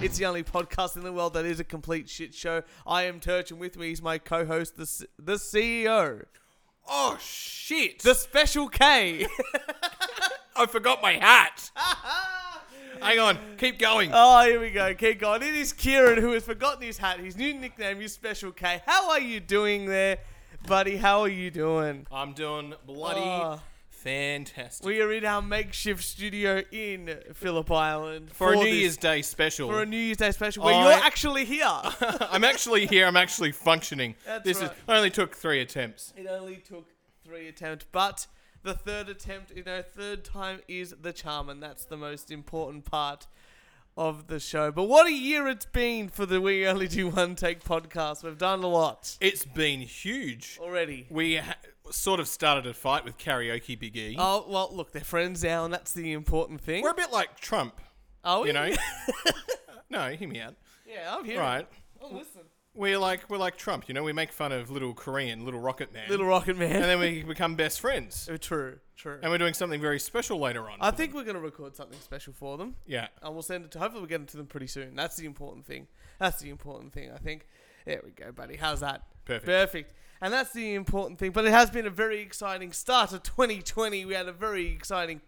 It's the only podcast in the world that is a complete shit show. I am Turch, and with me is my co-host, the C- the CEO, Oh shit! the Special K. I forgot my hat. Hang on, keep going. oh, here we go. Keep going. It is Kieran who has forgotten his hat. His new nickname is Special K. How are you doing there, buddy? How are you doing? I'm doing bloody Oh. fantastic We are in our makeshift studio in Phillip Island for, a New this- Year's Day special. for a New Year's Day special where I- you're actually here. I'm actually here. I'm actually functioning. That's this right. is I only took three attempts. It only took three attempts, but the third attempt, you know, third time is the charm, and that's the most important part of the show. But what a year it's been for the We Only Do One Take podcast. We've done a lot It's been huge. already. We ha- sort of started a fight with karaoke Big E. Oh well, look, they're friends now, and that's the important thing. We're a bit like Trump, Are we? you know. no, hear me out. yeah, I'm here. Right. Oh, listen, We're like we're like Trump, you know. We make fun of little Korean, little Rocket Man, Little Rocket Man. and then we become best friends. Oh, true, true. And we're doing something very special later on. I for think them. we're gonna record something special for them. Yeah. and we'll send it to. Hopefully, we get it to them pretty soon. That's the important thing. That's the important thing. I think. There we go, buddy. How's that? Perfect. Perfect. And that's the important thing. But it has been a very exciting start of 2020. We had a very exciting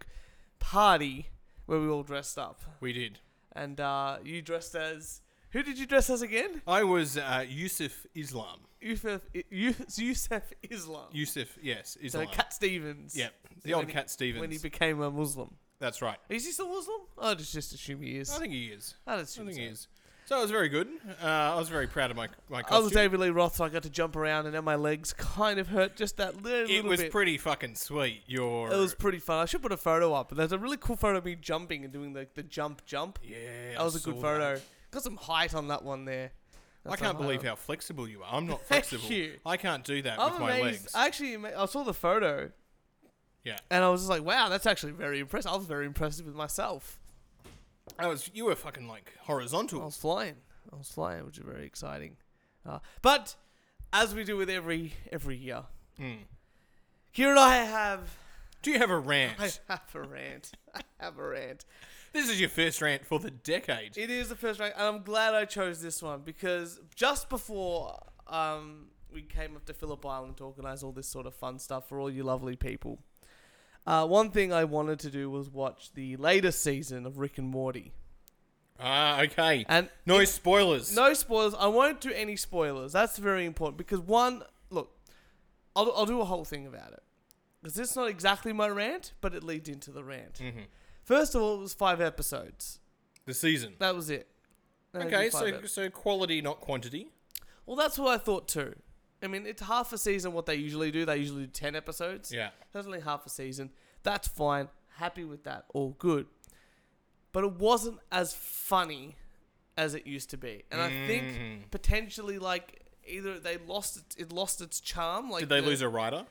party where we all dressed up, We did. and uh, you dressed as. Who did you dress as again? I was uh, Yusuf Islam. Yusuf, Yusuf Islam. Yusuf, yes, so Islam. Cat Stevens. yeah, the So old when he- Cat Stevens. When he became a Muslim. That's right. Is he still Muslim? I just, just assume he is. I think he is. I'd I assume think so. he is. So it was very good. Uh, I was very proud of my my I was costume. David Lee Roth, so I got to jump around, and now my legs kind of hurt just that little, it little was bit. pretty fucking sweet. Your it was pretty fun. I should put a photo up. There's a really cool photo of me jumping and doing the, the jump jump. yeah. that was a I good saw photo. that. Got some height on that one there. I That's can't a high believe one. how flexible you are. I'm not Thank flexible. you. I can't do that I'm with my amazed. legs. I actually, ama- I saw the photo, yeah, and I was just like, wow, that's actually very impressive. I was very impressed with myself. I was. You were fucking like I horizontal. was flying. I was flying, which is very exciting. Uh, but as we do with every every year, Mm. here and I have Do you have a rant? I have a rant. I have a rant. this is your first rant for the decade. It is the first rank, and I'm glad I chose this one because just before um, we came up to Phillip Island to organise all this sort of fun stuff for all you lovely people, uh, one thing I wanted to do was watch the latest season of Rick and Morty. Ah, okay. And no spoilers. no spoilers. I won't do any spoilers. That's very important because one, look, I'll, I'll do a whole thing about it because this is not exactly my rant, but it leads into the rant. Mm-hmm. First of all, it was five episodes. The season. That was it. That was Okay, five so episodes. so quality, not quantity. Well, that's what I thought too. I mean, it's half a season what they usually do. They usually do 10 episodes. Yeah. That's only half a season. That's fine. Happy with that. All good. But it wasn't as funny as it used to be. And I think Mm. potentially, like, either they lost it, it lost its charm. Like Did they the- lose a writer?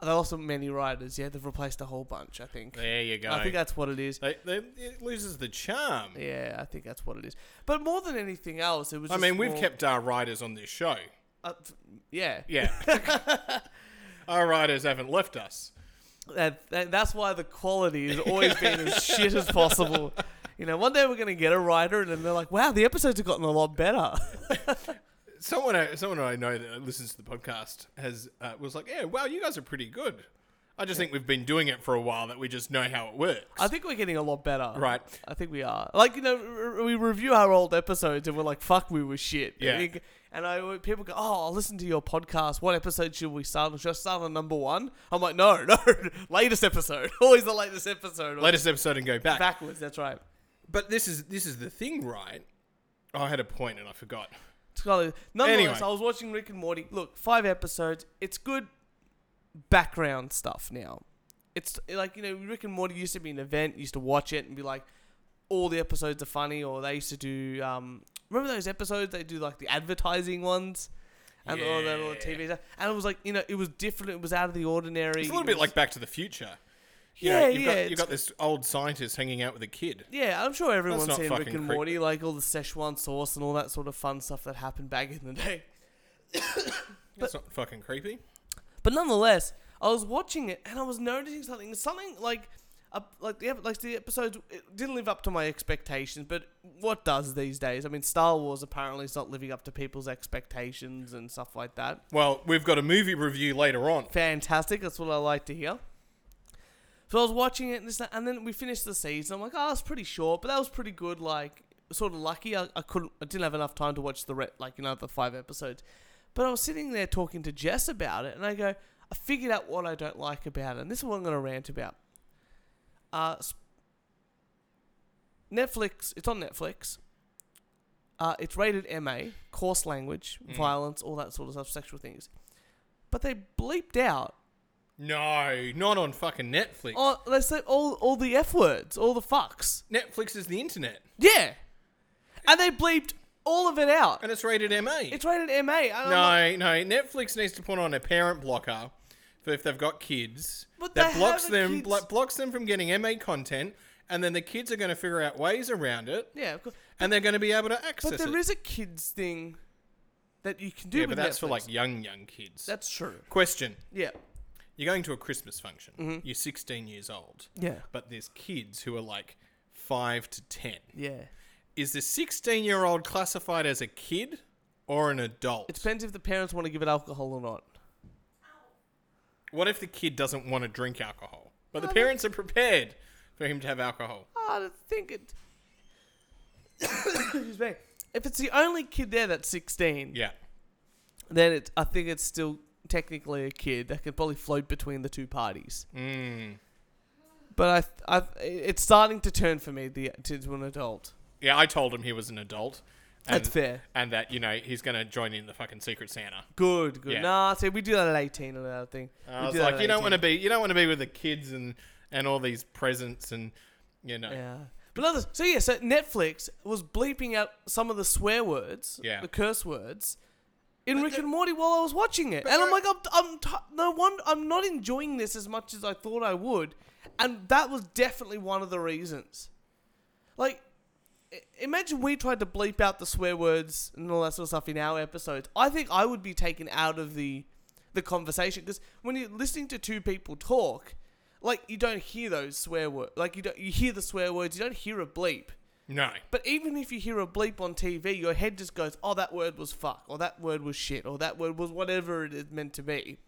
They lost many writers. Yeah, they've replaced a whole bunch, I think. There you go. I think that's what it is. they, they, it loses the charm. Yeah, I think that's what it is. But more than anything else, it was. I just mean, we've more- kept our writers on this show. Uh, f- yeah. Yeah. our writers haven't left us. that, that that's why the quality has always been as shit as possible. You know, one day we're gonna get a writer, and then they're like, "Wow, the episodes have gotten a lot better." Someone I, someone I know that listens to the podcast has uh, was like, "Yeah, wow, you guys are pretty good." I just think we've been doing it for a while that we just know how it works. I think we're getting a lot better. Right. I think we are. Like you know, r- we review our old episodes, and we're like, "Fuck, we were shit." Yeah. And, we- and I people go, "Oh, I'll listen to your podcast. What episode should we start? on? Should I start on number one?" I'm like, "No, no, latest episode. Always the latest episode. Or Latest episode and go back. backwards. That's right." But this is this is the thing, right? Oh, I had a point and I forgot. Scholar. Nonetheless, Anyway. I was watching Rick and Morty. Look, five episodes. It's good background stuff now. It's like, you know, Rick and Morty used to be an event. Used to watch it and be like, all the episodes are funny. Or they used to do, um, remember those episodes? They do like the advertising ones. And all that, all the Yeah. TV stuff. And it was like, you know, it was different. It was out of the ordinary. It's a little It bit was- like Back to the Future. You yeah, know, you've yeah. Got, you've it's- got this old scientist hanging out with a kid. yeah, I'm sure everyone's not seen Rick fucking and creep- Morty, like all the Szechuan sauce and all that sort of fun stuff that happened back in the day. That's not fucking creepy. But nonetheless, I was watching it and I was noticing something. Something like up, like the ep- like the episodes it didn't live up to my expectations. But what does these days? I mean, Star Wars apparently is not living up to people's expectations and stuff like that. Well, we've got a movie review later on. Fantastic. That's what I like to hear. So I was watching it, and, this, and then we finished the season. I'm like, oh, that's pretty short, but that was pretty good. Like, sort of lucky. I, I couldn't, I didn't have enough time to watch the re- like you know the five episodes. But I was sitting there talking to Jess about it, and I go, I figured out what I don't like about it, and this is what I'm going to rant about. Uh, s- Netflix. It's on Netflix. Uh, it's rated MA, coarse language, Mm. violence, all that sort of stuff, sexual things. But they bleeped out No, not on fucking Netflix. Oh, they say all all the f words, all the fucks. Netflix is the internet, Yeah, and they bleeped all of it out. and it's rated MA. It's rated MA. I don't no, know. no. Netflix needs to put on a parent blocker for if they've got kids But that they blocks haven't, them kids. blo- blocks them from getting MA content, and then the kids are going to figure out ways around it, Yeah, of course. and they're going to be able to access But there it. is a kids thing that you can do. yeah, with but that's for Netflix. like young young kids. That's true. Question: Yeah, You're going to a Christmas function. Mm-hmm. You're 16 years old, yeah, but there's kids who are like five to ten. yeah. Is the 16 year old classified as a kid or an adult? It depends if the parents want to give it alcohol or not. What if the kid doesn't want to drink alcohol, but the parents are prepared for him to have alcohol? I don't think it. Excuse me. If it's the only kid there that's 16, Yeah. then it, I think it's still technically a kid that could probably float between the two parties. Mm. But I, I, it's starting to turn for me the to, to an adult. Yeah, I told him he was an adult. And, That's fair. and that, you know, he's going to join in the fucking Secret Santa. Good, good. Yeah. Nah, see, we do that at eighteen and that thing. Uh, We I was do that like, at you don't want to 18. be, you don't want to be with the kids and, and all these presents and, you know. Yeah. But others. So yeah. So Netflix was bleeping out some of the swear words, Yeah. the curse words, in Rick and Morty while I was watching it, and I'm like, I'm, I'm t- no one, I'm not enjoying this as much as I thought I would, and that was definitely one of the reasons. Like, i- imagine we tried to bleep out the swear words and all that sort of stuff in our episodes. I think I would be taken out of the the conversation because when you're listening to two people talk, like you don't hear those swear words. Like you don't you hear the swear words, you don't hear a bleep. No. But even if you hear a bleep on TV, your head just goes, "Oh, that word was fuck," or "That word was shit," or "That word was whatever it is meant to be."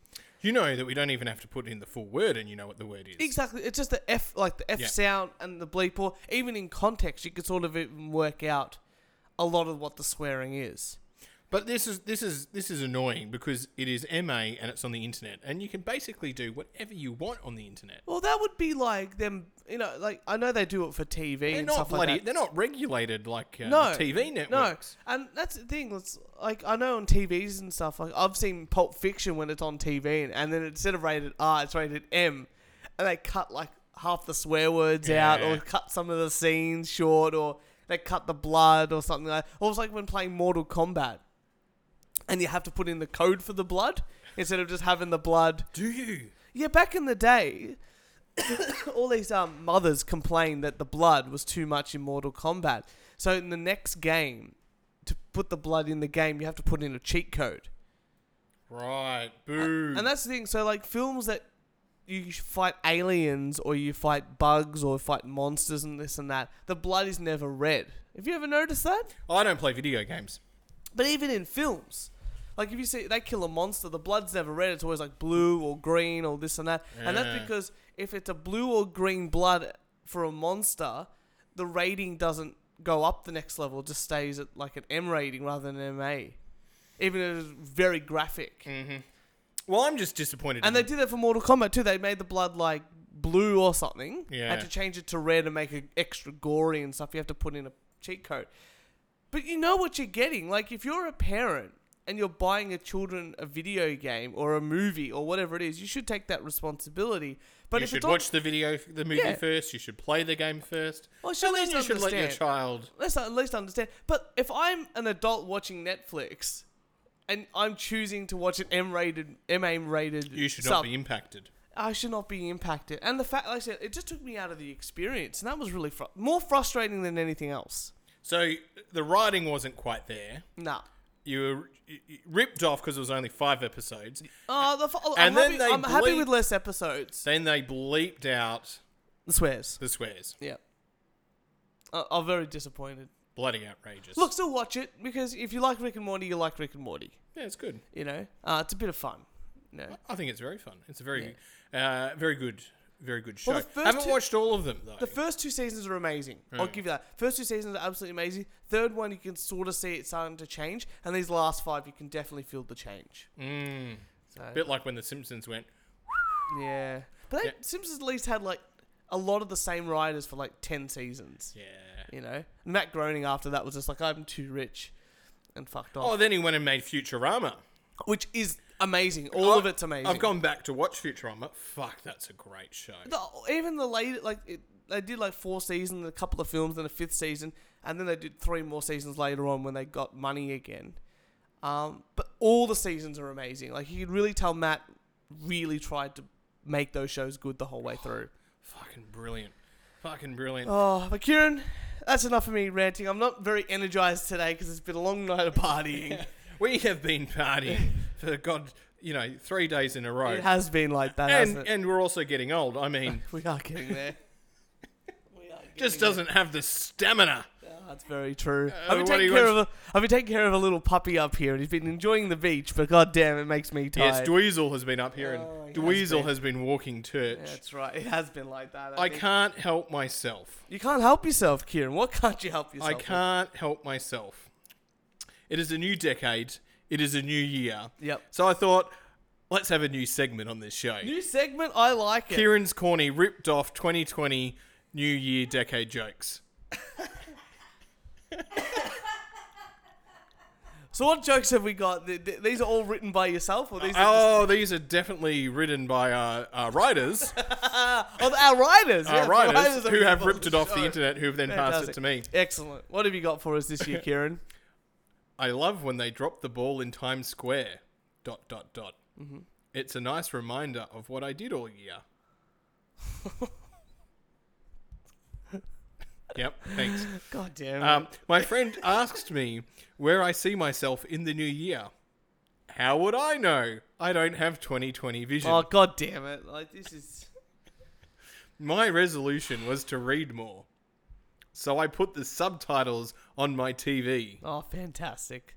You know that we don't even have to put in the full word and you know what the word is. Exactly. It's just the F, like the F Yeah. sound and the bleep, or even in context, you could sort of even work out a lot of what the swearing is. But this is this is this is annoying because it is MA and it's on the internet and you can basically do whatever you want on the internet. Well, that would be like them, you know, like I know they do it for TV They're and not stuff bloody. like that. they're not regulated like uh, No, the TV networks. No, and that's the thing. It's like I know on TVs and stuff. Like I've seen Pulp Fiction when it's on TV, and, and then instead of rated R, it's rated M, and they cut like half the swear words out, or Yeah. cut some of the scenes short, or they cut the blood or something like. Or it's like when playing Mortal Kombat, and you have to put in the code for the blood instead of just having the blood Do you? yeah, back in the day, all these um, mothers complained that the blood was too much in Mortal Kombat. So in the next game, to put the blood in the game, you have to put in a cheat code. Right. Boo. And that's the thing. So like films that you fight aliens or you fight bugs or fight monsters and this and that, the blood is never red. Have you ever noticed that? I don't play video games. But even in films, like if you see they kill a monster, the blood's never red. It's always like blue or green or this and that. And that's Yeah. because if it's a blue or green blood for a monster, the rating doesn't go up the next level. It just stays at like an M rating rather than an MA. Even if it's very graphic. Well, I'm just disappointed. And they in did that for Mortal Kombat too. They made the blood like blue or something. Yeah. Had to change it to red and make it extra gory and stuff. You have to put in a cheat code. But you know what you're getting. Like if you're a parent and you're buying your children a video game or a movie or whatever it is, you should take that responsibility. But you if should it's on- watch the video, the movie Yeah. first. You should play the game first. Well, she and then at you least should let your understand. child. let's at least understand. But if I'm an adult watching Netflix and I'm choosing to watch an M-rated, M-rated, You should sub, not be impacted. I should not be impacted. And the fact, like I said, it just took me out of the experience, and that was really fru- more frustrating than anything else. So the writing wasn't quite there. Nah. You were you- you ripped off because it was only five episodes. Oh, the, f- I'm, And then happy, they I'm happy bleep- with less episodes. Then they bleeped out The swears. The swears. Yeah. I- I'm very disappointed. Bloody outrageous. Look, still watch it because if you like Rick and Morty, you like Rick and Morty. Yeah, it's good. You know, uh, it's a bit of fun. You know? I think it's very fun. It's a very, uh, very good, very good show. Well, the I first haven't two- watched all of them though. The first two seasons are amazing. Hmm. I'll give you that. First two seasons are absolutely amazing. Third one, you can sort of see it starting to change, and these last five, you can definitely feel the change. Mm. So, bit like when The Simpsons went. yeah, but they, Yeah. Simpsons at least had like a lot of the same writers for like ten seasons. Yeah. You know, Matt Groening after that was just like, I'm too rich, and fucked off, Oh, then he went and made Futurama. which is amazing. All of I- it's amazing. Oh, I've gone back to watch Futurama. Fuck, that's a great show. The, even the late, like it, they did like four seasons, a couple of films, and a fifth season, and then they did three more seasons later on when they got money again. Um, but all the seasons are amazing. Like you could really tell Matt really tried to make those shows good the whole way through. Fucking brilliant. Fucking brilliant. Oh, but Kieran, that's enough of me ranting. I'm not very energized today because it's been a long night of partying. We have been partying for god, you know, three days in a row, it has been like that, and hasn't it? and we're also getting old. I mean, we are getting there. We are just getting doesn't have the stamina. Oh, that's very true. Uh, I've been what do taking you care of a, I've been taking care of a little puppy up here, and he's been enjoying the beach. But goddamn, it makes me tired. Yes, Dweezil has been up here, and Oh, he has Dweezil been. has been walking church. Yeah, that's right. It has been like that. I think. can't help myself. You can't help yourself, Kieran. What can't you help yourself? I with? can't help myself. It is a new decade. It is a new year. Yep. So I thought, let's have a new segment on this show. New segment. I like it. Kieran's corny ripped off 2020 New Year decade jokes. So, what jokes have we got? Th- th- these are all written by yourself, or these? Are Oh, these are definitely written by our, our writers, oh, th- our writers. our yes, the writers, are who have people ripped on it off the show. internet, who have then passed Fantastic. it to me. Excellent. What have you got for us this year, Kieran? I love when they drop the ball in Times Square. Dot dot dot. Mm-hmm. It's a nice reminder of what I did all year. yep, thanks. God damn. it. Um, my friend asked me where I see myself in the new year. How would I know? I don't have 2020 vision. oh god damn it! Like this is. My resolution was to read more. So I put the subtitles on my TV. Oh, fantastic.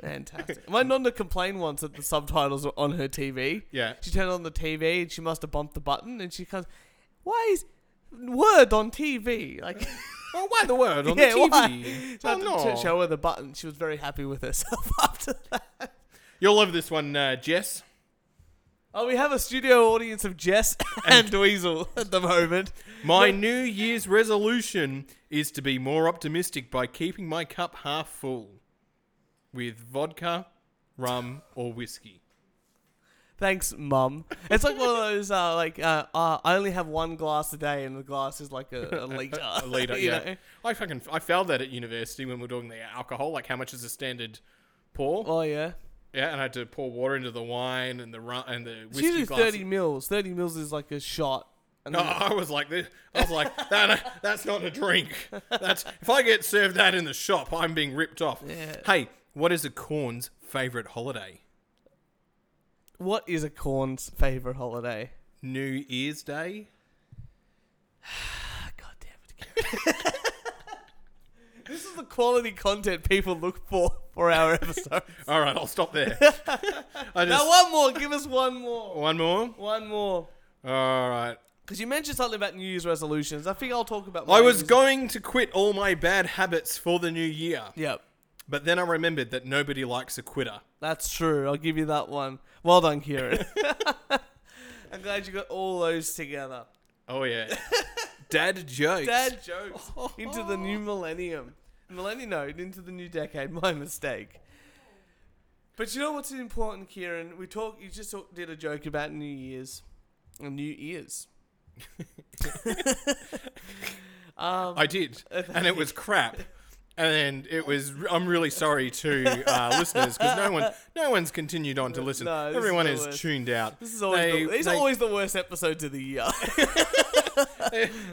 Fantastic. My nonna complained once that the subtitles were on her TV. Yeah. She turned on the TV and she must have bumped the button and she comes, Why is Word on TV? Like, Oh, why the word on yeah, the TV? why? So I Oh, had to no. t- show her the button. She was very happy with herself after that. You'll love this one, uh, Jess. Oh, we have a studio audience of Jess and Dweezil at the moment. My New Year's resolution is to be more optimistic by keeping my cup half full with vodka, rum, or whiskey. Thanks, mum. It's like one of those uh, like uh, uh, I only have one glass a day, and the glass is like a, a liter. A liter, you yeah. know? I fucking I failed that at university when we were doing the alcohol. Like, how much is a standard pour? Oh yeah. yeah, and I had to pour water into the wine and the rum and the It's whiskey usually glass. thirty mils. Thirty mils is like a shot. And No, then- I was like this. I was like that. That's not a drink. That's if I get served that in the shop, I'm being ripped off. Yeah. Hey, what is a corn's favorite holiday? What is a corn's favorite holiday? New Year's Day. Ah, God damn it, Gary. This is the quality content people look for for our episode. All right, I'll stop there. I just now, one more. Give us one more. one more. One more. All right. Because you mentioned something about New Year's resolutions. I think I'll talk about. I mine. was going to quit all my bad habits for the new year, Yep, but then I remembered that nobody likes a quitter. that's true. I'll give you that one. Well done, Kieran. I'm glad you got all those together. Oh yeah. Dad jokes. dad jokes into the new millennium. Millennium, no, into the new decade. My mistake. But you know what's important, Kieran? We talk. You just talk, did a joke about New Year's, and New Year's. um, I did, and it was crap. And it was. I'm really sorry to uh, listeners because no one, no one's continued on to listen. No, this is Everyone the is worst. tuned out. This is always They- the, these they- are always the worst episodes of the year,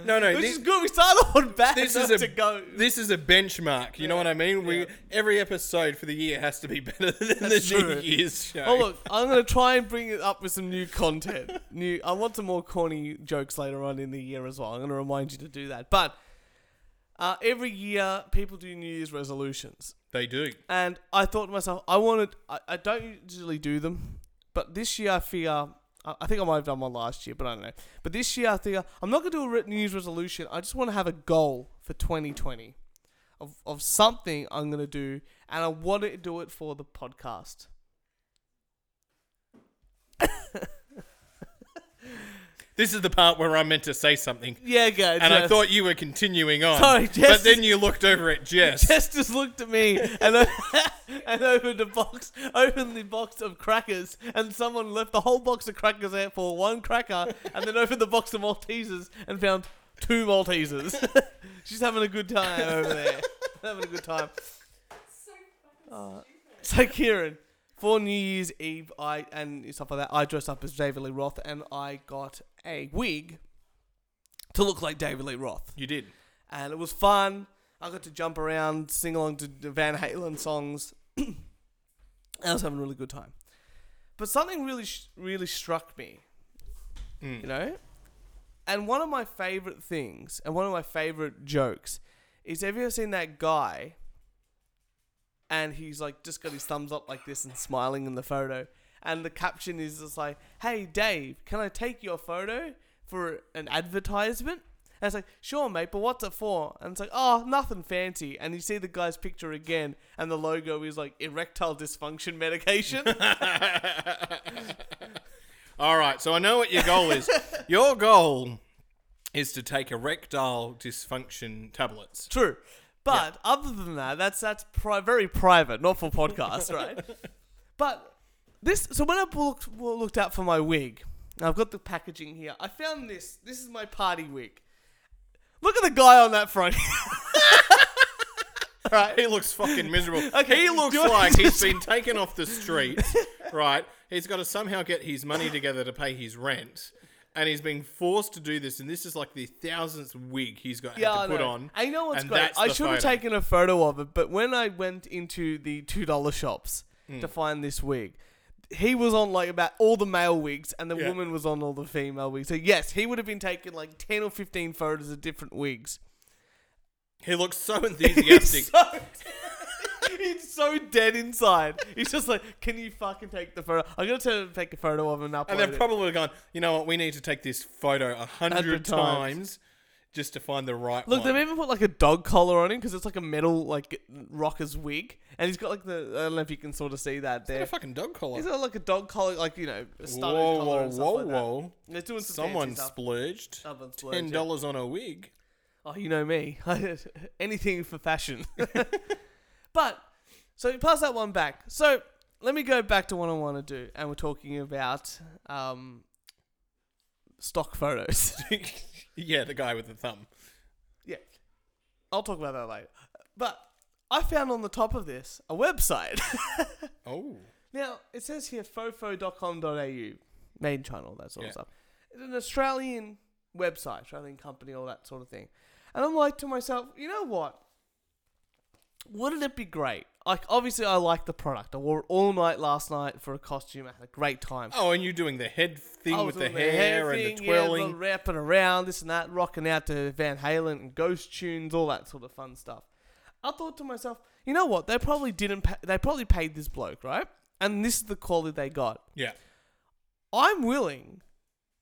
no, no. which This, is good. We started on bad this enough is a to go. this is a benchmark. You know what I mean? We yeah. every episode for the year has to be better than That's the true. New Year's show. Oh look, I'm gonna try and bring it up with some new content. New, I want some more corny jokes later on in the year as well. I'm gonna remind you to do that. But uh, every year, people do New Year's resolutions, they do. and I thought to myself, I wanted. I, I don't usually do them, but this year I fear. I I think I might have done one last year, but I don't know. But this year I think I'm not gonna do a written New Year's resolution. I just want to have a goal for 2020 of of something I'm gonna do, and I want to do it for the podcast. This is the part where I'm meant to say something, Yeah, guys. and I yes. thought you were continuing on. Sorry, Jess But then you looked over at Jess. Jess just looked at me and o- and opened a box, opened the box of crackers, and someone left the whole box of crackers out for one cracker, and then opened the box of Maltesers and found two Maltesers. She's having a good time over there. having a good time. Uh, So Kieran, for New Year's Eve, I and stuff like that, I dressed up as David Lee Roth, and I got a wig to look like David Lee Roth you did. and it was fun. I got to jump around, sing along to the Van Halen songs. I was having a really good time. But something really, sh- really struck me, Mm. you know? And one of my favorite things, and one of my favorite jokes, is have you ever seen that guy and he's like just got his thumbs up like this and smiling in the photo? And the caption is just like, hey, Dave, can I take your photo for an advertisement? And it's like, sure, mate, but what's it for? And it's like, oh, nothing fancy. And you see the guy's picture again, and the logo is like erectile dysfunction medication. All right, so I know what your goal is. your goal is to take erectile dysfunction tablets. True. But other than that, that's that's pri- very private, not for podcasts, right? But this, so when I looked, well, looked out for my wig, and I've got the packaging here. I found this. This is my party wig. Look at the guy on that front. right. He looks fucking miserable. Okay, he looks do you want like to he's been taken off the street, right? He's got to somehow get his money together to pay his rent, and he's being forced to do this. And this is like the thousandth wig he's got Yeah, had I to put know. on. I know what's and great. that's I the should have photo. taken a photo of it, but when I went into the two dollar shops Mm. to find this wig, he was on like about all the male wigs, and the Yeah. woman was on all the female wigs. So yes, he would have been taking like ten or fifteen photos of different wigs. He looks so He's enthusiastic. so, he's so dead inside. He's just like, can you fucking take the photo? I'm gonna tell him to take a photo of him and upload and they've it. probably gone, you know what? We need to take this photo a hundred Hundred times. times just to find the right Look, one. they've even put like a dog collar on him because it's like a metal like rocker's wig, and he's got like the I don't know if you can sort of see that What there. a fucking dog collar. He's got like a dog collar, like you know, a studded whoa, collar whoa, and stuff whoa, like that. whoa! They're doing some Someone fancy stuff. splurged Someone splurged, ten dollars on a wig. Oh, you know me. Anything for fashion. but so we pass that one back. So let me go back to what I want to do, and we're talking about um, stock photos. yeah, the guy with the thumb. yeah, I'll talk about that later. But I found on the top of this a website. Oh, Now, it says here fofo.com.au, made in China, all that sort Yeah. of stuff. It's an Australian website, Australian company, all that sort of thing. And I'm like to myself, you know what? Wouldn't it be great? Like, obviously, I like the product. I wore it all night last night for a costume. I had a great time. oh, and you doing the head I thing was with the doing hair, thing, and the yeah, twirling. the wrapping around, this and that, rocking out to Van Halen and Ghost tunes, all that sort of fun stuff. I thought to myself, you know what? They probably didn't. Pa- they probably paid this bloke, right? And this is the quality they got. yeah, I'm willing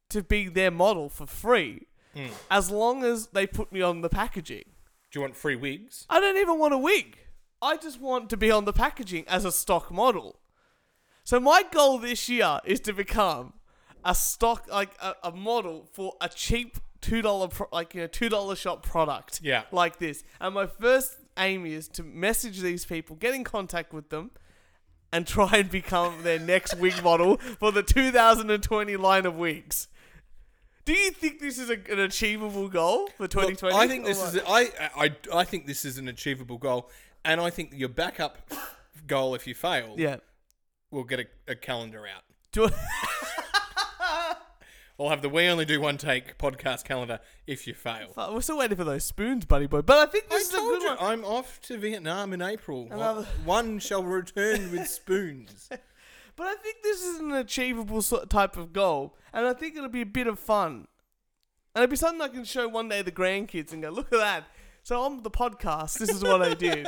to be their model for free Mm. as long as they put me on the packaging. do you want free wigs? I don't even want a wig. I just want to be on the packaging as a stock model. So my goal this year is to become a stock like a, a model for a cheap two dollar pro- like you know two dollar shop product. Yeah. Like this, and my first aim is to message these people, get in contact with them, and try and become their next wig model for the 2020 line of wigs. Do you think this is a, an achievable goal for 2020? I think Or this what? is I, I I think this is an achievable goal, and I think your backup goal, if you fail, Yeah. we'll get a, a calendar out. Do We'll have the We Only Do One Take podcast calendar if you fail. Fuck, We're still waiting for those spoons, buddy boy. But I think I this is a told good you one. I'm off to Vietnam in April. Another- One shall return with spoons. But I think this is an achievable sort type of goal, and I think it'll be a bit of fun, and it'll be something I can show one day the grandkids and go, "Look at that." So on the podcast, this is what I did.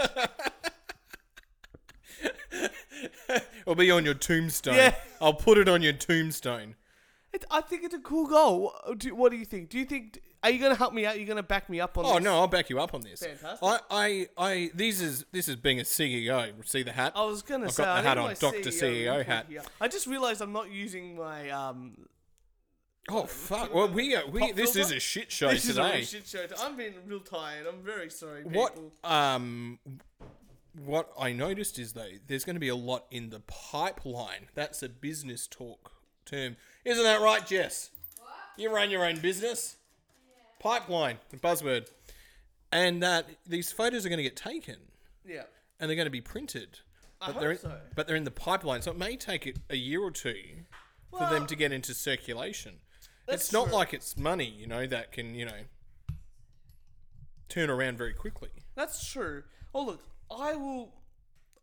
It'll be on your tombstone. Yeah. I'll put it on your tombstone. It, I think it's a cool goal. What do, what do you think? Do you think? Are you going to help me out? Are you going to back me up on? Oh this? no, I'll back you up on this. Fantastic. I, I, I this is this is being a CEO. See the hat? I was going to I've say. got the I hat think on, my E Dr. CEO input hat. here. I just realized I'm not using my um. Oh fuck! Well, we are, we Pop this is filter? a shit show this is a today. real shit show. I'm being real tired. I'm very sorry. People. what um what I noticed is though there's going to be a lot in the pipeline. That's a business talk term, isn't that right, Jess? You run your own business. Pipeline, the buzzword, and that these photos are going to get taken Yeah. and they're going to be printed. But hope they're in, so. but they're in the pipeline, so it may take it a year or two for them Well- to get into circulation. That's It's not true. like it's money, you know, that can you know turn around very quickly. That's true. Well, look, I will,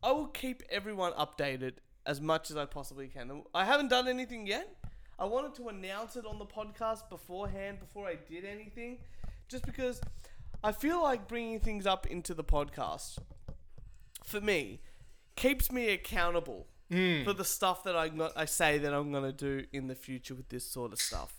I will keep everyone updated as much as I possibly can. I haven't done anything yet. I wanted to announce it on the podcast beforehand before I did anything, just because I feel like bringing things up into the podcast for me keeps me accountable Hmm. for the stuff that I got, I say that I'm gonna do in the future with this sort of stuff,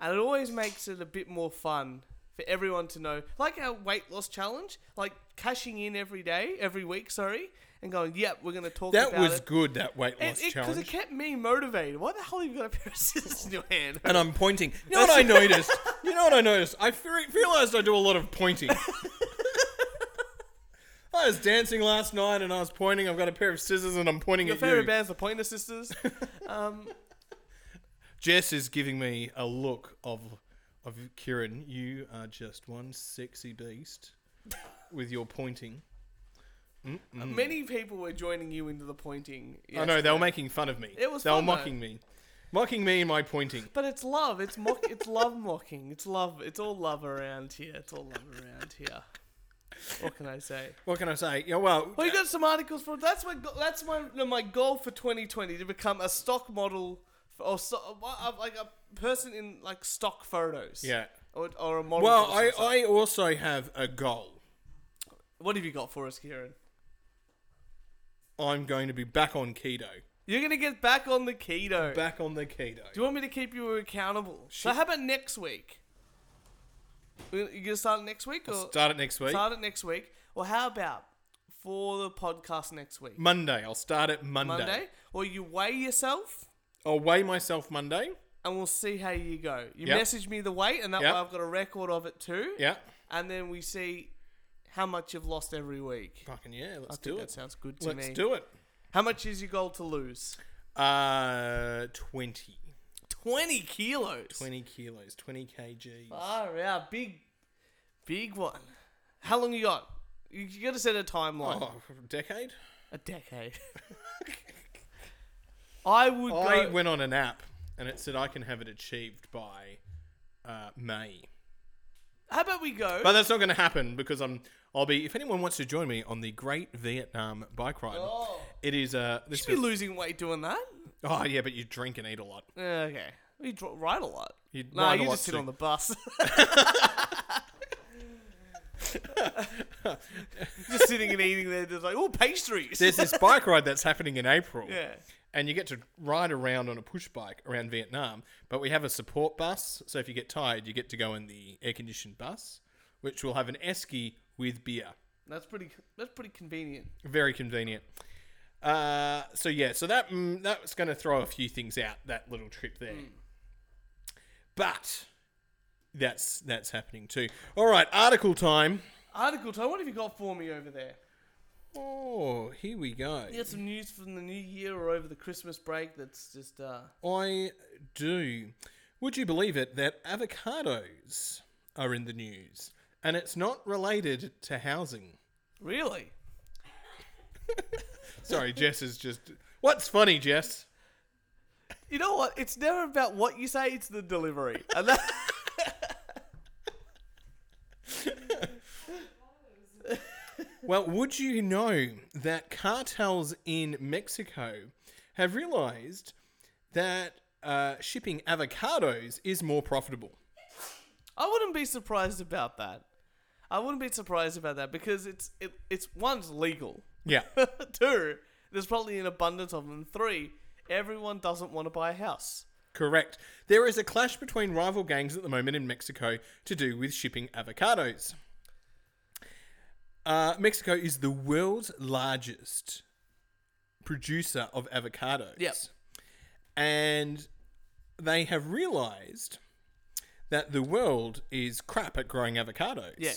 and it always makes it a bit more fun for everyone to know. Like our weight loss challenge, like cashing in every day, every week, sorry, and going, "Yep, we're gonna talk That about was it." good, that weight Because loss it, 'cause challenge. it kept me motivated. Why the hell have you got a pair of scissors in your hand? and I'm pointing. You know what I noticed? You know what I noticed? I fe- realized I do a lot of pointing. I was dancing last night and I was pointing. I've got a pair of scissors and I'm pointing Your at favorite you. band's the Pointer Sisters. Um, Jess is giving me a look of, of Kieran. You are just one sexy beast with your pointing. Many people were joining you into the pointing. Hmm. I know they were making fun of me. It was they were fun, though. mocking me, mocking me and my pointing. But it's love. It's mock. it's love mocking. It's love. It's all love around here. It's all love around here. What can I say? What can I say? Yeah, well, Well, you got some articles for that's my go- that's my no, my goal for 2020 to become a stock model for, or so, uh, like a person in like stock photos. yeah. Or, or a model. Well, for I, some sort. I also have a goal. what have you got for us, Kieran? I'm going to be back on keto. You're gonna get back on the keto. Back on the keto. Do you want me to keep you accountable? So Shit. how about next week? You gonna start next week or? Start it next week. Start it next week. Well, how about for the podcast next week? Monday. I'll start it Monday. Monday. Well, you weigh yourself I'll weigh myself Monday. and we'll see how you go. You Yep. message me the weight and that Yep. way I've got a record of it too. Yeah. And then we see how much you've lost every week. Fucking yeah. Let's I think do that it. sounds good to Let's me. do it. how much is your goal to lose? Uh, 20. 20 kilos. 20 kilos. 20 kg. Far out. Big, big one. How long you got? You, you got to set a timeline. Oh, decade? A decade. I would I go. went on an app and it said I can have it achieved by uh, May. how about we go? But that's not going to happen because I'm. I'll be. If anyone wants to join me on the Great Vietnam Bike Ride, Oh. it is uh, this. should be losing weight doing that. oh yeah, but you drink and eat a lot. Okay. We dro- ride a lot. You Nah, ride a you lot just sit too. on the bus. just sitting and eating there, just like, oh, pastries. There's this bike ride that's happening in April. yeah. and you get to ride around on a push bike around Vietnam. But we have a support bus, so if you get tired, you get to go in the air conditioned bus, which will have an esky with beer. That's pretty That's pretty convenient. Very convenient. Uh, so yeah, so that mm, that's going to throw a few things out that little trip there. But that's that's happening too. All right, article time. Article time, what have you got for me over there? Oh, here we go. You got some news from the new year or over the Christmas break that's just, uh, I do. Would you believe it that avocados are in the news? And it's not related to housing. Really? Sorry, Jess is just. What's funny, Jess? You know what? It's never about what you say, it's the delivery. And that, Well, would you know that cartels in Mexico have realized that uh, shipping avocados is more profitable? I wouldn't be surprised about that. I wouldn't be surprised about that because it's it, it's one's legal. Yeah. Two, there's probably an abundance of them. Three, everyone doesn't want to buy a house. Correct. There is a clash between rival gangs at the moment in Mexico to do with shipping avocados. Uh, Mexico is the world's largest producer of avocados. Yep. And they have realized that the world is crap at growing avocados. Yeah.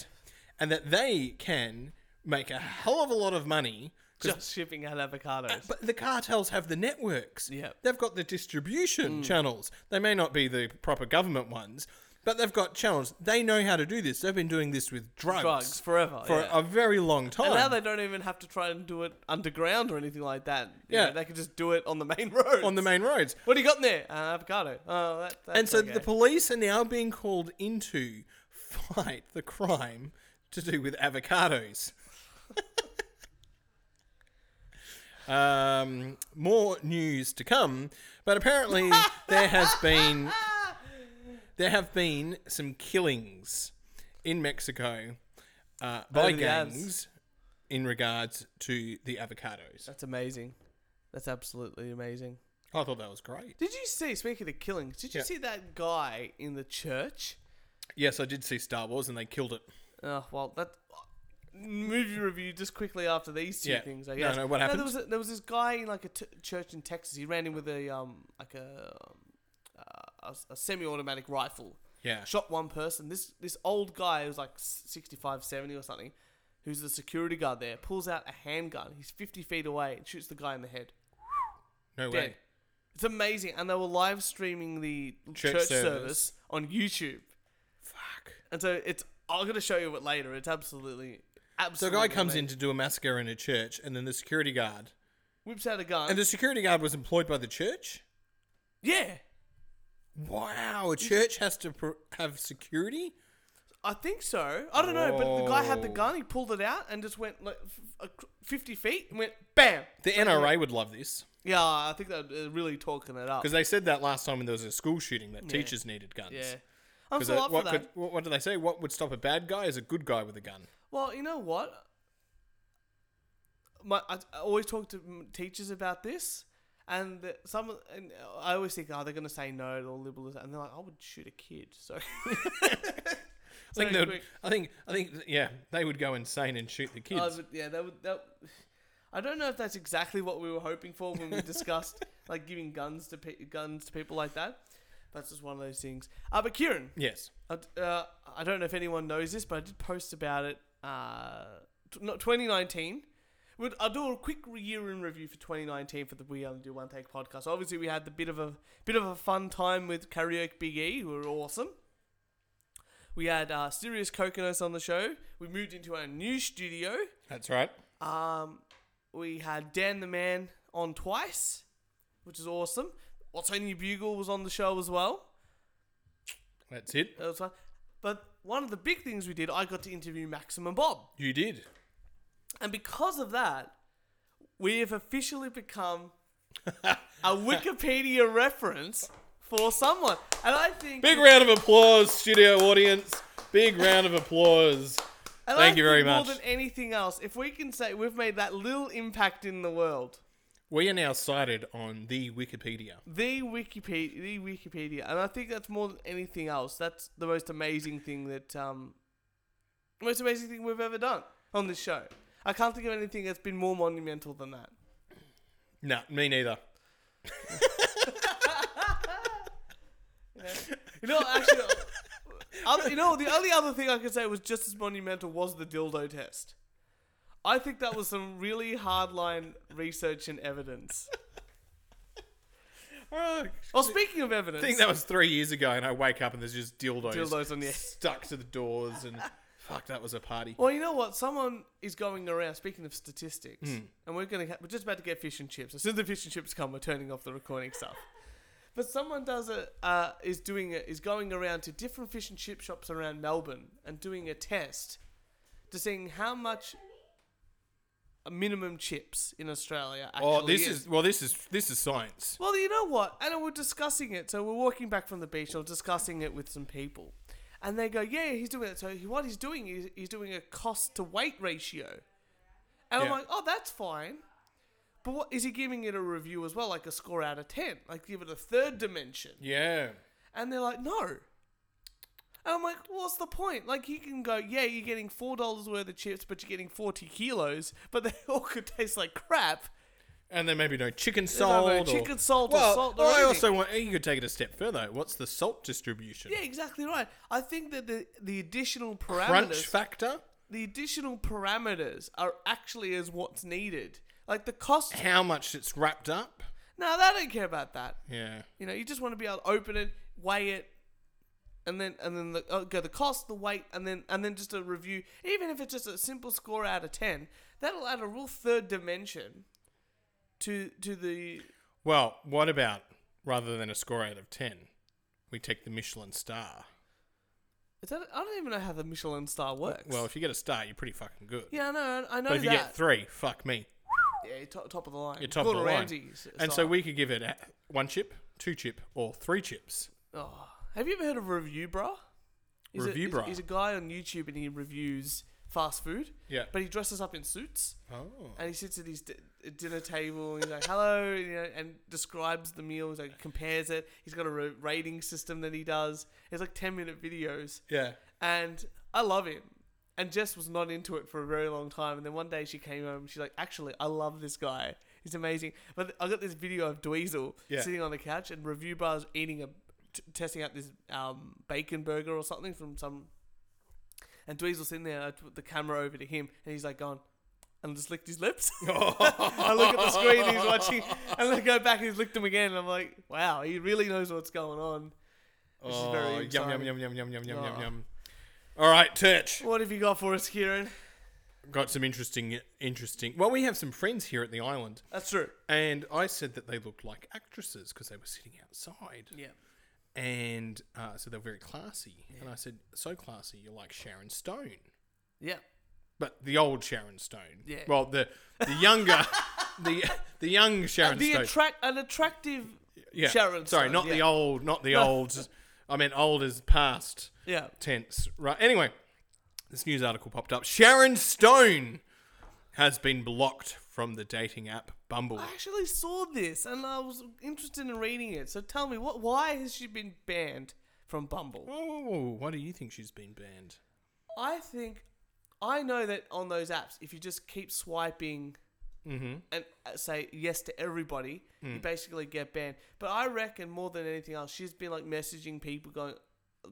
And that they can make a hell of a lot of money 'cause Just shipping out avocados. but the cartels have the networks. Yeah. They've got the distribution Mm. channels. They may not be the proper government ones, but they've got channels. They know how to do this. They've been doing this with drugs, Drugs forever. for yeah. a very long time. and now they don't even have to try and do it underground or anything like that. You Yeah. know, they can just do it on the main road. on the main roads. What do you got in there? Uh, avocado. Oh, that, that's And so okay. the police are now being called in to fight the crime to do with avocados. um, more news to come, but apparently there has been there have been some killings in Mexico uh, by Over the avs. gangs in regards to the avocados. That's amazing. That's absolutely amazing. I thought that was great. Did you see? Speaking of killings, did you Yeah. see that guy in the church? Yes, I did see Star Wars, and they killed it. Oh well, that movie review just quickly after these two Yeah. things. No, I guess. no, what there happened? was a, there was this guy in like a t- church in Texas. He ran in with a um like a um, uh, a, a semi-automatic rifle. Yeah, Shot one person. This this old guy who was like 65, 70 or something, who's the security guard there, pulls out a handgun. He's fifty feet away and shoots the guy in the head. no dead. way. It's amazing, and they were live streaming the Church church, service. service. on YouTube, Fuck. and so it's. I'm gonna show you it later. It's absolutely, So a absolutely. guy comes in amazing. to do a massacre in a church, and then the security guard. whips out a gun. And the security guard was employed by the church. yeah, Wow, a church has to pr- have security. I think so. I don't know, but the guy had the Whoa. gun. He pulled it out and just went like f- a cr- fifty feet and went bam. The NRA would love this Yeah, I think they're uh, really talking it up. because they said that last time when there was a school shooting that teachers needed guns. Yeah, I'm 'Cause so they- up for what, that. could- what, what do they say? What would stop a bad guy is a good guy with a gun. Well, you know what? My, I, I always talk to mm, teachers about this, and the- some. of- And I always think, oh, they're going to say no to liberalism, and they're like, I would shoot a kid. So, I think, Sorry, they would- quick. I think, I think, yeah, they would go insane and shoot the kids. I would, yeah, that would that. I don't know if that's exactly what we were hoping for when we discussed like giving guns to pe- guns to people like that. That's just one of those things. Uh, but Kieran, yes. I, d- uh, I don't know if anyone knows this, but I did post about it. Uh, t- not 2019. Would I'll do a quick re- year in review for 2019 for the We Only Do One Take podcast. Obviously, we had the bit of a bit of a fun time with Karaoke Big E, who were awesome. We had uh, Serious Coconuts on the show. We moved into our new studio. That's right. Um, we had Dan the Man on twice, which is awesome. What's on Your Bugle was on the show as well. That's it. That was fun. But one of the big things we did, I got to interview Maxim and Bob. You did. And because of that, we have officially become a Wikipedia reference for someone. And I think. Big round of applause, studio audience. Big round of applause. and thank I you very think much. More than anything else, if we can say we've made that little impact in the world, We are now cited on the Wikipedia. the Wikipedia, the Wikipedia, and I think that's more than anything else. That's the most amazing thing that, um, most amazing thing we've ever done on this show. I can't think of anything that's been more monumental than that. No, me neither. You know, actually, other, you know, the only other thing I could say was just as monumental was the dildo test. I think that was some really hardline research and evidence. I Well, speaking of evidence, think that was three years ago, and I wake up and there's just dildos, dildos on the stuck to the doors, and fuck, that was a party. Well, you know what? Someone is going around. Speaking of statistics, Hmm. and we're going to ha- we're just about to get fish and chips. As soon as the fish and chips come, we're turning off the recording stuff. But someone does a uh, is doing a, is going around to different fish and chip shops around Melbourne and doing a test to seeing how much a minimum chips in Australia. Actually Oh, this is well, this is this is science. Well, you know what? And we're discussing it. So we're walking back from the beach. and We're discussing it with some people, and they go, "Yeah, he's doing it." So he, what he's doing is he's doing a cost to weight ratio, and I'm Yeah. like, "Oh, that's fine." But what is he giving it a review as well, like a score out of ten, like give it a third dimension? Yeah, And they're like, "No." And I'm like, "What's the point?" Like he can go, "Yeah, you're getting four dollars worth of chips, but you're getting forty kilos, but they all could taste like crap." and there may be no chicken no salt. or- chicken salt or well, salt or I anything. also want. You could take it a step further. What's the salt distribution? Yeah, exactly right. I think that the the additional Crunch parameters, factor. the additional parameters are actually is what's needed. Like the cost. How much it's wrapped up. No, they don't care about that. Yeah. You know, you just want to be able to open it, weigh it, and then and then the, uh, go the cost, the weight, and then and then just a review. Even if it's just a simple score out of ten, that'll add a real third dimension to to the. Well, what about rather than a score out of ten, we take the Michelin star. Is that, I don't even know how the Michelin star works. Well, if you get a star, you're pretty fucking good. yeah, I know, I know but if that. you get three, fuck me, yeah, you're top, top of the line. you're top Gordon of the line. Ramsay's and style. so we could give it a, one chip, two chip, or three chips. Oh, have you ever heard of Review Bra? He's a- Review he's- Bra? He's a guy on YouTube and he reviews fast food, Yeah. but he dresses up in suits oh. and he sits at his d- dinner table and he's like, "Hello," you know, and describes the meal. He's like, compares it. He's got a ra- rating system that he does. It's like ten minute videos, Yeah. and I love him. And Jess was not into it for a very long time, and then one day she came home. She's like, "Actually, I love this guy. He's amazing." But th- I got this video of Dweezil Yeah. sitting on the couch, and Review Bar's eating a, t- testing out this um, bacon burger or something from some. And Dweezil's sitting there. I put the camera over to him, and he's like, "Gone," and just licked his lips. I look at the screen, he's watching, and then I go back, and he's licked them again. And I'm like, "Wow, he really knows what's going on." This is oh, very yum, yum, exciting. yum, yum, yum, yum, yum, yum, Oh. yum. All right, Turch. What have you got for us, Kieran? Got some interesting, interesting. Well, we have some friends here at the island, That's true. and I said that they looked like actresses because they were sitting outside. Yeah. And uh, so they're very classy. And I said, so classy, you're like Sharon Stone. Yeah. But the old Sharon Stone. Yeah. Well, the the younger, the the young Sharon Uh, the Stone. attract an attractive yeah. Sharon Sorry, Stone, not the yeah. old, not the No. old. I meant old as past. yeah tense. Right. Anyway, this news article popped up. Sharon Stone has been blocked from the dating app Bumble. I actually saw this and I was interested in reading it. So tell me, what? Why has she been banned from Bumble? Oh, why do you think she's been banned? I think I know that on those apps, if you just keep swiping Mm-hmm. and uh, say yes to everybody, Mm. you basically get banned. But I reckon more than anything else, she's been like messaging people going,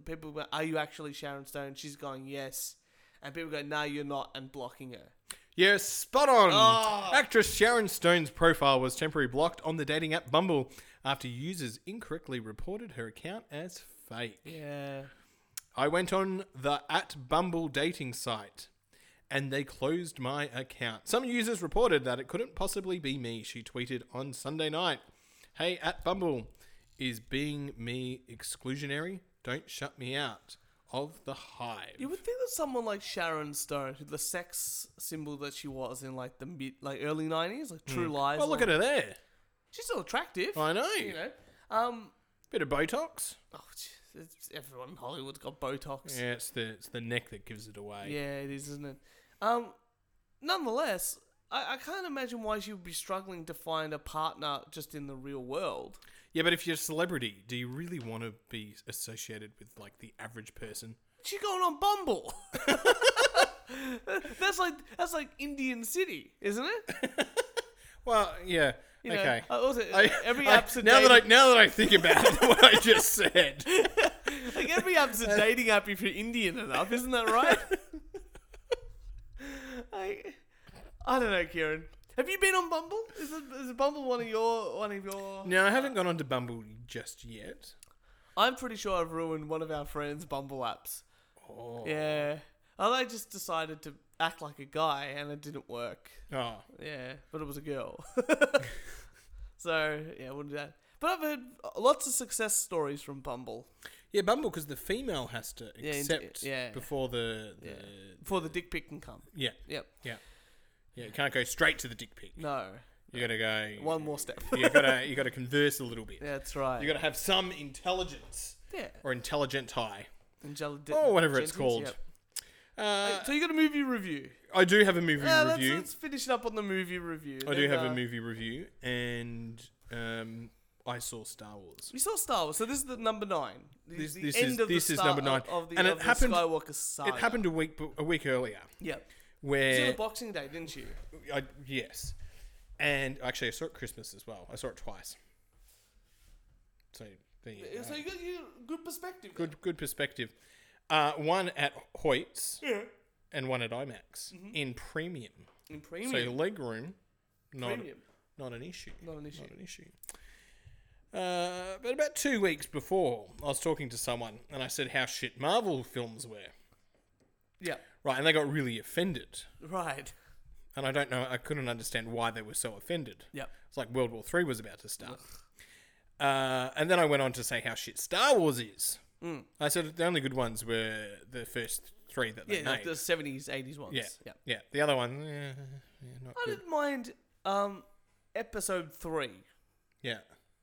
people going, "Are you actually Sharon Stone?" She's going, "Yes," and people go, "No, you're not," and blocking her. Yeah, spot on. Oh. Actress Sharon Stone's profile was temporarily blocked on the dating app Bumble after users incorrectly reported her account as fake. Yeah. I went on the at Bumble dating site and they closed my account. Some users reported that it couldn't possibly be me, she tweeted on Sunday night. Hey, at Bumble, is being me exclusionary? Don't shut me out of the hive. You would think that someone like Sharon Stone, who the sex symbol that she was in like the mid, like early nineties, like True Lies. Hmm. well, look at her there. she's still attractive. I know. You know, um, Bit of Botox. oh, jeez, it's- everyone in Hollywood's got Botox. Yeah, it's the, it's the neck that gives it away. Yeah, it is, isn't it? Um, nonetheless, I, I can't imagine why she would be struggling to find a partner just in the real world. yeah, but if you're a celebrity, do you really want to be associated with like the average person? She's going on Bumble. that's like that's like Indian City, isn't it? Well, yeah. You know, okay. uh, also, I- every I- app's a now that I dating- now that I think about it, what I just said. Like every app's a dating app if you're Indian enough, isn't that right? I, I don't know, Kieran. Have you been on Bumble? Is, it, is Bumble one of your one of your? No, I haven't gone onto Bumble just yet. I'm pretty sure I've ruined one of our friends' Bumble apps. Oh. Yeah, and I just decided to act like a guy, and it didn't work. Oh. Yeah, but it was a girl. so yeah, wouldn't do that. But I've heard lots of success stories from Bumble Yeah, Bumble, because the female has to Yeah, int- accept yeah. before the. the Yeah. before the dick pic can come. yeah. Yep. Yeah. Yeah, you can't go straight to the dick pic. No, You gotta go. one more step. you gotta you gotta converse a little bit. That's right. You gotta have some intelligence yeah. or intelligent high Angela Di- or Oh, whatever it's Jenkins, called. yep. Uh, so you got a movie review. I do have a movie Yeah, let's, review. let's finish it up on the movie review. I do Then, have uh, a movie review, and um, I saw Star Wars. We saw Star Wars, so this is the number nine. The, This- the this end is- of the this is Star- number nine. of, of the, And of it the happened- Skywalker saga. It happened a week b- a week earlier, Yep. You saw where the Boxing Day, didn't you? I, yes, and actually I saw it Christmas as well. I saw it twice. So there you So go. you got you good perspective. good good perspective. Uh, one at Hoyts and one at IMAX in premium. in Mm-hmm. premium. So leg room, not premium, not an issue. not an issue. Not an issue. Uh, but about two weeks before, I was talking to someone and I said how shit Marvel films were. Yeah. Right, and they got really offended. Right. And I don't know, I couldn't understand why they were so offended. Yep. It's like World War Three was about to start. Uh, and then I went on to say how shit Star Wars is. Mm. I said the only good ones were the first three that they Yeah, like made. the seventies, eighties ones. yeah, Yeah. yeah. The other one, yeah, yeah not I good. didn't mind um episode three. Yeah,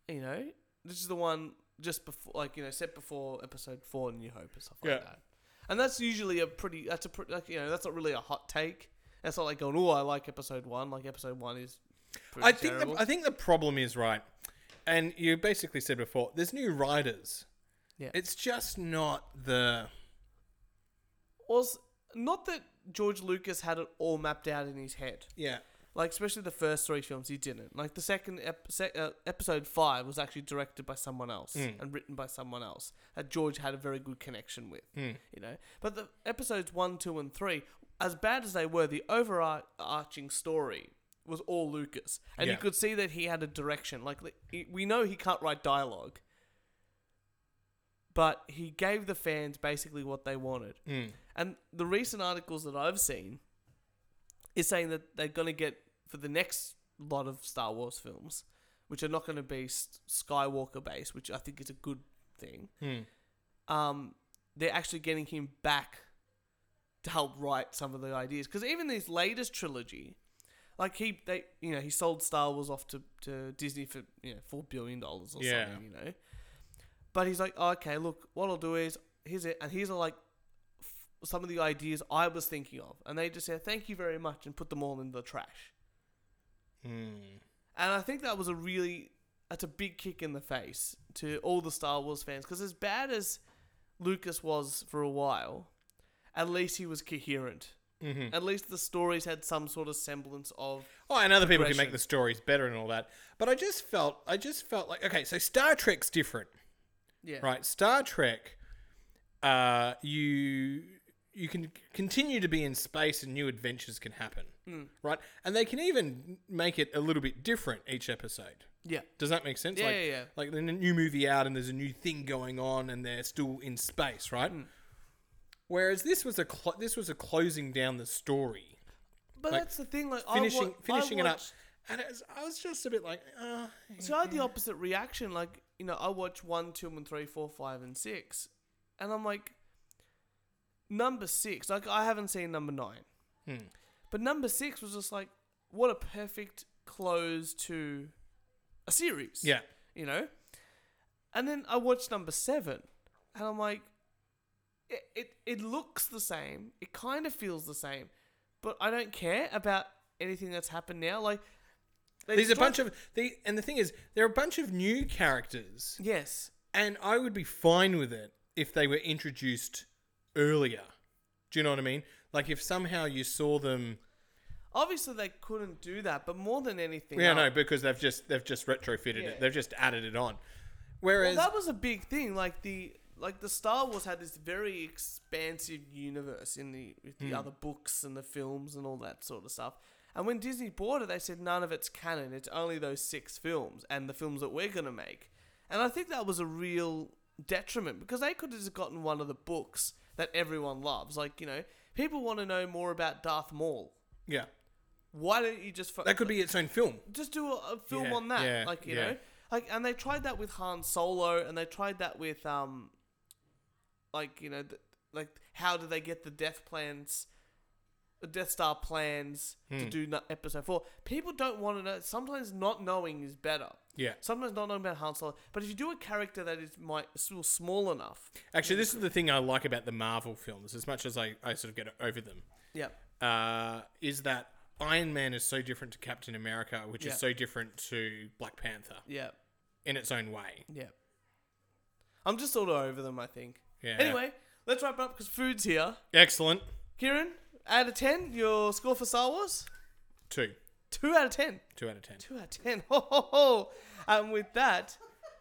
You know? This is the one just before like, you know, set before episode four New Hope and stuff like Yeah. that. And that's usually a pretty that's a pretty like, you know, that's not really a hot take. That's not like going, Oh, I like episode one, like episode one is pretty I think the, terrible. I think the problem is right, and you basically said before. There's new writers. Yeah. it's just not the was not that George Lucas had it all mapped out in his head. yeah Like especially the first three films, he didn't. Like the second ep- se- uh, episode five was actually directed by someone else Mm. and written by someone else that George had a very good connection with. Mm. You know, but the episodes one, two, and three, as bad as they were, the overarching story was all Lucas, and you Yeah. could see that he had a direction. Like the- he- we know he can't write dialogue, but he gave the fans basically what they wanted. mm, And the recent articles that I've seen is saying that they're going to get for the next lot of Star Wars films, which are not going to be S- Skywalker based, which I think is a good thing. mm. Um, they're actually getting him back to help write some of the ideas because even this latest trilogy, like he they you know he sold Star Wars off to, to Disney for you know four billion dollars or Yeah. something, you know. But he's like, "Oh, okay, look, what I'll do is here's it, and here's like f- some of the ideas I was thinking of, and they just said thank you very much and put them all in the trash. Mm. And I think that was a really that's a big kick in the face to all the Star Wars fans because as bad as Lucas was for a while, at least he was coherent. hmm At least the stories had some sort of semblance of Oh, and other people can progression. make the stories better and all that. But I just felt, I just felt like, okay, so Star Trek's different, yeah right? Star Trek, uh, you you can continue to be in space and new adventures can happen, Mm. right? And they can even make it a little bit different each episode. yeah Does that make sense? Yeah, like, yeah, yeah. Like there's a new movie out and there's a new thing going on and they're still in space, right? Mm. Whereas this was a clo- this was a closing down the story but Like, that's the thing like I finishing wa- finishing I it up. watched- And it was, I was just a bit like, uh, so I had the opposite reaction like you know I watch one two and three four five and six and I'm like number six like I haven't seen number nine hmm. But number six was just like, what a perfect close to a series. yeah, You know? And then I watched number seven and I'm like, it, it, it looks the same. It kind of feels the same. But I don't care about anything that's happened now. Like, they there's a tried- bunch of the, and the thing is, there are a bunch of new characters, Yes. and I would be fine with it if they were introduced earlier. Do you know what I mean? Like if somehow you saw them, Obviously, they couldn't do that, but more than anything. yeah, else- no, because they've just they've just retrofitted Yeah. it, they've just added it on. Whereas, Well, that was a big thing. Like the like the Star Wars had this very Hmm. expansive universe in the with the other books and the films and all that sort of stuff, And when Disney bought it, they said none of it's canon. It's only those six films and the films that we're going to make. And I think that was a real detriment because they could have just gotten one of the books that everyone loves. Like, you know, people want to know more about Darth Maul. Yeah. Why don't you just. Fo- That could be its own film. just do a, a film Yeah, on that. yeah, like you yeah. know, like and they tried that with Han Solo, and they tried that with um, like you know, th- like how do they get the death plans, the Death Star plans Hmm. to do no- Episode Four? People don't want to know. Sometimes not knowing is better. Yeah. Sometimes not knowing about Han Solo, but if you do a character that is might still small enough, Actually, this is the thing I like about the Marvel films, as much as I, I sort of get over them, yeah, uh, is that Iron Man is so different to Captain America, which Yeah. is so different to Black Panther yeah, in its own way. yeah. I'm just sort of over them. I think. Yeah. Anyway, let's wrap it up because food's here. Excellent. Kieran, out of 10, your score for Star Wars? Two. 2 out of 10. Two out of ten. 2 out of 10. Ho, ho, ho. And with that,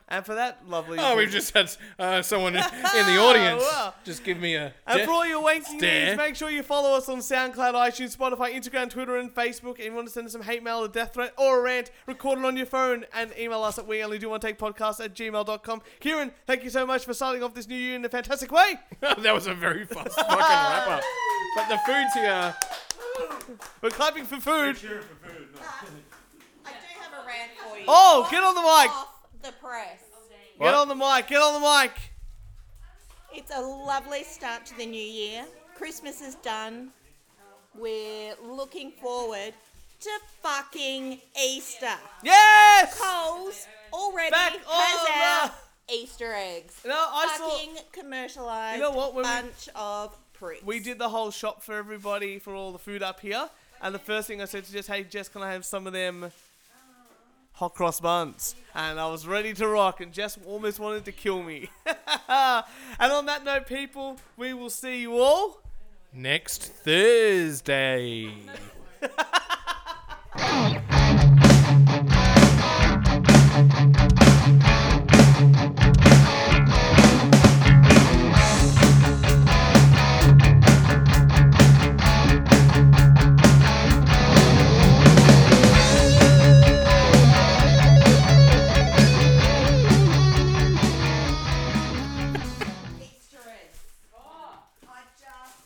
and for that lovely. Oh, we've just had uh, someone in the audience Wow. just give me a. And de- for all your wanking Stare. needs, make sure you follow us on SoundCloud, iTunes, Spotify, Instagram, Twitter, and Facebook. And if you want to send us some hate mail, a death threat, or a rant, record it on your phone and email us at we only do one take podcast at gmail.com. Kieran, thank you so much for starting off this new year in a fantastic way. that was a very fast fucking wrap up. But the food's here. We're clapping for food. Cheering for food. No. I do have a rant for you. Oh, get on the mic. Off the press. Get on the mic. Get on the mic. It's a lovely start to the new year. Christmas is done. We're looking forward to fucking Easter. Yes. Coles already Back on has our Easter eggs. No, I saw. fucking commercialised You know what, when we- bunch of pricks. We did the whole shop for everybody for all the food up here, and the first thing I said to Jess, "Hey Jess, can I have some of them hot cross buns?" And I was ready to rock, and Jess almost wanted to kill me. and on that note, people, we will see you all. Next Thursday. Easter eggs. I just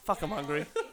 Fuck, I'm hungry.